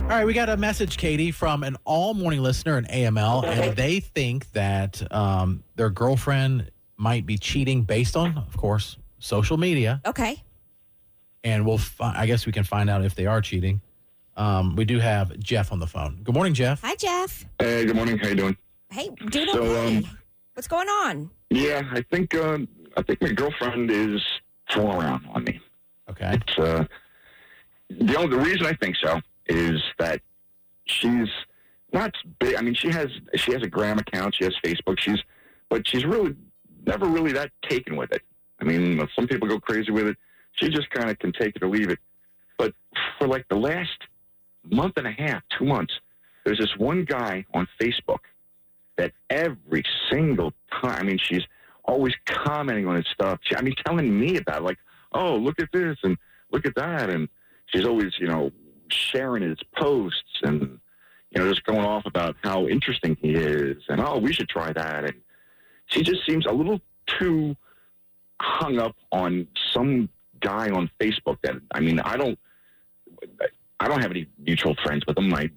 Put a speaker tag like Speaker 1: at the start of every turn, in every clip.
Speaker 1: All right, we got a message, Katie, from an all morning listener in AML, and they think that um, their girlfriend might be cheating based on, of course, social media.
Speaker 2: Okay.
Speaker 1: And we'll, fi- I guess, we can find out if they are cheating. Um, we do have Jeff on the phone. Good morning, Jeff.
Speaker 2: Hi, Jeff.
Speaker 3: Hey, good morning. How you doing?
Speaker 2: Hey, dude.
Speaker 3: So,
Speaker 2: okay.
Speaker 3: um,
Speaker 2: What's going on?
Speaker 3: Yeah, I think uh, I think my girlfriend is fooling around on me.
Speaker 1: Okay.
Speaker 3: It's, uh, the only the reason I think so is that she's not big. I mean, she has she has a gram account, she has Facebook, she's but she's really never really that taken with it. I mean, some people go crazy with it. She just kind of can take it or leave it. But for like the last month and a half, two months, there's this one guy on Facebook that every single time, I mean, she's always commenting on his stuff. She, I mean, telling me about it, like, oh, look at this and look at that. And she's always, you know, sharing his posts and, you know, just going off about how interesting he is and, oh, we should try that. And she just seems a little too hung up on some guy on Facebook that, I mean, I don't, I don't have any mutual friends with him. I,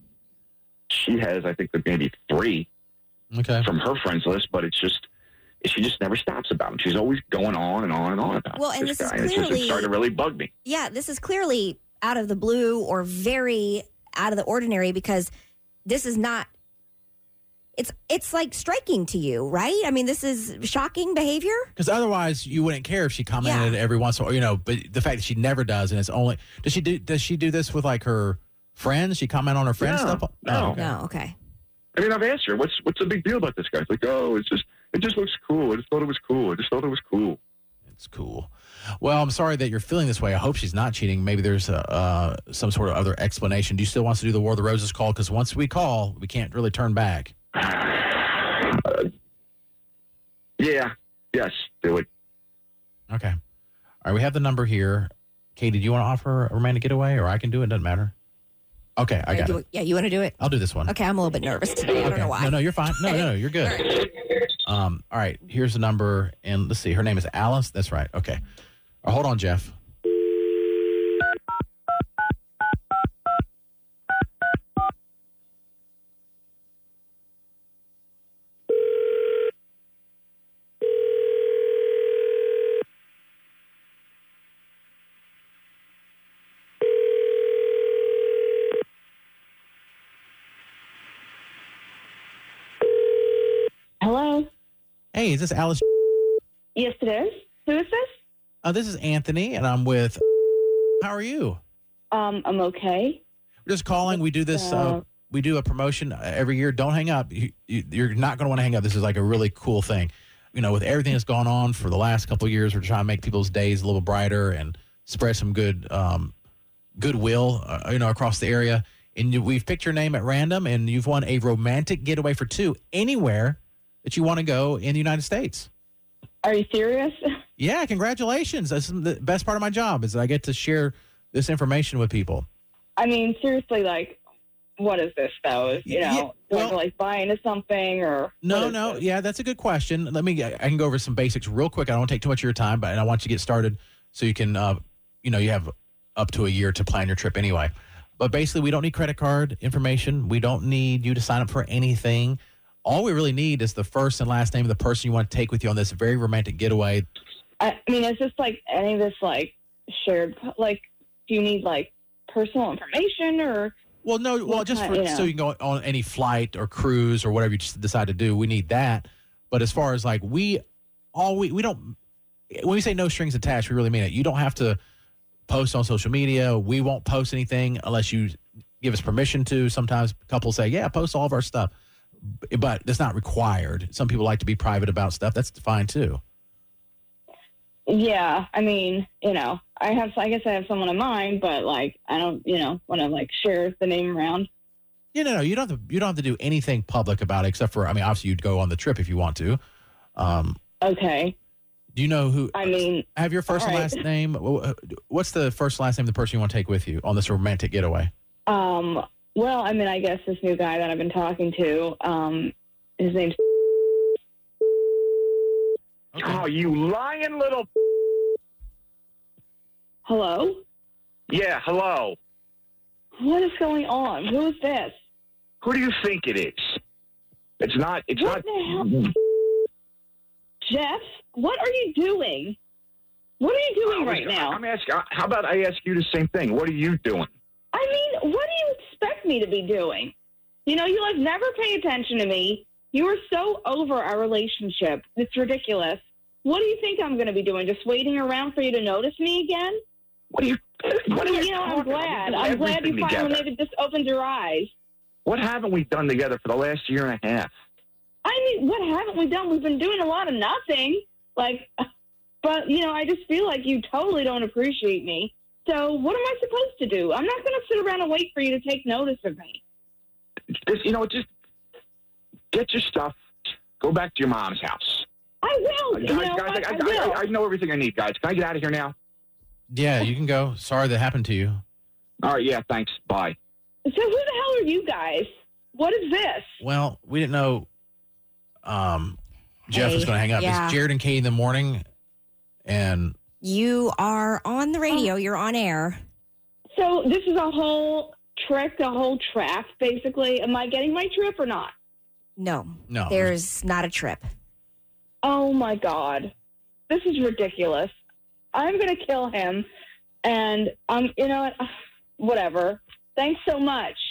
Speaker 3: she has, I think, maybe three
Speaker 1: Okay.
Speaker 3: from her friends list, but it's just she just never stops about him. She's always going on and on and on about
Speaker 2: Well, and
Speaker 3: this,
Speaker 2: this is
Speaker 3: guy. and it's just it's
Speaker 2: clearly-
Speaker 3: starting to really bug me.
Speaker 2: Yeah, this is clearly out of the blue or very out of the ordinary because this is not it's it's like striking to you, right? I mean, this is shocking behavior.
Speaker 1: Because otherwise, you wouldn't care if she commented every once in a while, you know. But the fact that she never does, and it's only does she do does she do this with like her friends? She comment on her friends'
Speaker 3: No,
Speaker 1: stuff. Oh,
Speaker 3: no.
Speaker 1: okay.
Speaker 2: No, okay.
Speaker 3: I mean, I've asked her, "What's what's the big deal about this guy?" It's like, "Oh, it's just it just looks cool. I just thought it was cool. I just thought it was cool."
Speaker 1: It's cool. Well, I'm sorry that you're feeling this way. I hope she's not cheating. Maybe there's a, uh, some sort of other explanation. Do you still want us to do the War of the Roses call? Because once we call, we can't really turn back.
Speaker 3: Uh, yeah, yes, do it.
Speaker 1: Okay. All right. We have the number here. Katie, do you want to offer a romantic getaway or I can do it? Doesn't matter. Okay. I
Speaker 2: Yeah,
Speaker 1: got
Speaker 2: do
Speaker 1: it.
Speaker 2: Yeah, you want to do it?
Speaker 1: I'll do this one.
Speaker 2: Okay, I'm a little bit nervous today. I don't
Speaker 1: Okay.
Speaker 2: know why.
Speaker 1: No, no, you're fine. No,
Speaker 2: Okay.
Speaker 1: no, you're good.
Speaker 2: All
Speaker 1: Um, all right. Here's the number. And let's see. Her name is Alice. That's right. Okay. Uh, hold on, Jeff.
Speaker 4: Hello.
Speaker 1: Hey, is this Alice?
Speaker 4: Yes, it is. Who is this?
Speaker 1: Uh, this is Anthony, and I'm with. How are you?
Speaker 4: Um, I'm okay.
Speaker 1: We're just calling. We do this. Uh,
Speaker 4: Uh,
Speaker 1: we do a promotion uh, every year. Don't hang up. You, you, you're not going to want to hang up. This is like a really cool thing. You know, with everything that's gone on for the last couple of years, we're trying to make people's days a little brighter and spread some good um, goodwill. Uh, you know, across the area. And you, we've picked your name at random, and you've won a romantic getaway for two anywhere that you want to go in the United States.
Speaker 4: Are you serious?
Speaker 1: Yeah, congratulations. That's the best part of my job is that I get to share this information with people.
Speaker 4: I mean, seriously, like, what is this though? You know,
Speaker 1: Yeah,
Speaker 4: do I have
Speaker 1: well-
Speaker 4: to, like buy into something or what
Speaker 1: No,
Speaker 4: is
Speaker 1: no,
Speaker 4: this?
Speaker 1: yeah, that's a good question. Let me. I I can go over some basics real quick. I don't want to take too much of your time, but and I want you to get started so you can, uh, you know, you have up to a year to plan your trip anyway. But basically, we don't need credit card information. We don't need you to sign up for anything. All we really need is the first and last name of the person you want to take with you on this very romantic getaway.
Speaker 4: I, I mean, it's just like any of this like shared like. Do you need like personal information or
Speaker 1: Well, no, well,
Speaker 4: What
Speaker 1: just
Speaker 4: kind-
Speaker 1: for,
Speaker 4: yeah.
Speaker 1: so you can go on any flight or cruise or whatever you just decide to do. We need that. But as far as like we all we we don't when we say no strings attached, we really mean it. You don't have to post on social media. We won't post anything unless you give us permission to. Sometimes couples say, "Yeah, post all of our stuff," B- but that's not required. Some people like to be private about stuff. That's fine too.
Speaker 4: yeah? I mean, you know, I have. I guess I have someone in mind, but like, I don't. You know, want to like share the name around.
Speaker 1: Yeah, no, no, you don't have to. You don't have to do anything public about it, except for I mean, obviously you'd go on the trip if you want to. Um,
Speaker 4: Okay.
Speaker 1: do you know who?
Speaker 4: I mean,
Speaker 1: Have your first and
Speaker 4: All right.
Speaker 1: last name. Wh- What's the first and last name of the person you want to take with you on this romantic getaway?
Speaker 4: Um, well, I mean, I guess this new guy that I've been talking to, um, his name's
Speaker 3: Oh, you lying little.
Speaker 4: Hello.
Speaker 3: Yeah, hello.
Speaker 4: what is going on? Who is this?
Speaker 3: Who do you think it is? It's not. It's
Speaker 4: What
Speaker 3: not.
Speaker 4: Jeff, what are you doing? What are you doing right now?
Speaker 3: I'm asking. How about I ask you the same thing? What are you doing?
Speaker 4: I mean, what do you expect me to be doing? You know, you like never pay attention to me. You are so over our relationship. It's ridiculous. What do you think I'm going to be doing? Just waiting around for you to notice me again?
Speaker 3: What are you? What are you?
Speaker 4: you know, I'm
Speaker 3: talking about? We do
Speaker 4: glad. I'm glad you
Speaker 3: everything
Speaker 4: finally
Speaker 3: together.
Speaker 4: maybe just opened your eyes.
Speaker 3: What haven't we done together for the last year and a half?
Speaker 4: I mean, what haven't we done? We've been doing a lot of nothing. Like, but you know, I just feel like you totally don't appreciate me. So what am I supposed to do? I'm not going to sit around and wait for you to take notice of me.
Speaker 3: This, you know, just get your stuff. Go back to your mom's house.
Speaker 4: I will.
Speaker 3: Guys,
Speaker 4: you know,
Speaker 3: guys,
Speaker 4: what?
Speaker 3: I,
Speaker 4: I,
Speaker 3: I-
Speaker 4: will.
Speaker 3: I- I know everything I need, guys. Can I get out of here now?
Speaker 1: Yeah, you can go. Sorry that happened to you.
Speaker 3: All right. Yeah. Thanks. Bye.
Speaker 4: so who the hell are you guys? What is this?
Speaker 1: Well, we didn't know um, Jeff was
Speaker 2: Hey,
Speaker 1: going to hang up.
Speaker 2: yeah.
Speaker 1: It's Jared and Katie in the morning, and
Speaker 2: You are on the
Speaker 1: Oh.
Speaker 2: radio. You're on air.
Speaker 4: So this is a whole trick, a whole trap, basically. Am I getting my trip or not?
Speaker 2: No,
Speaker 1: no,
Speaker 2: there's not a trip.
Speaker 4: Oh my God. This is ridiculous. I'm going um, to kill him. And I'm, you know what? Whatever. Thanks so much.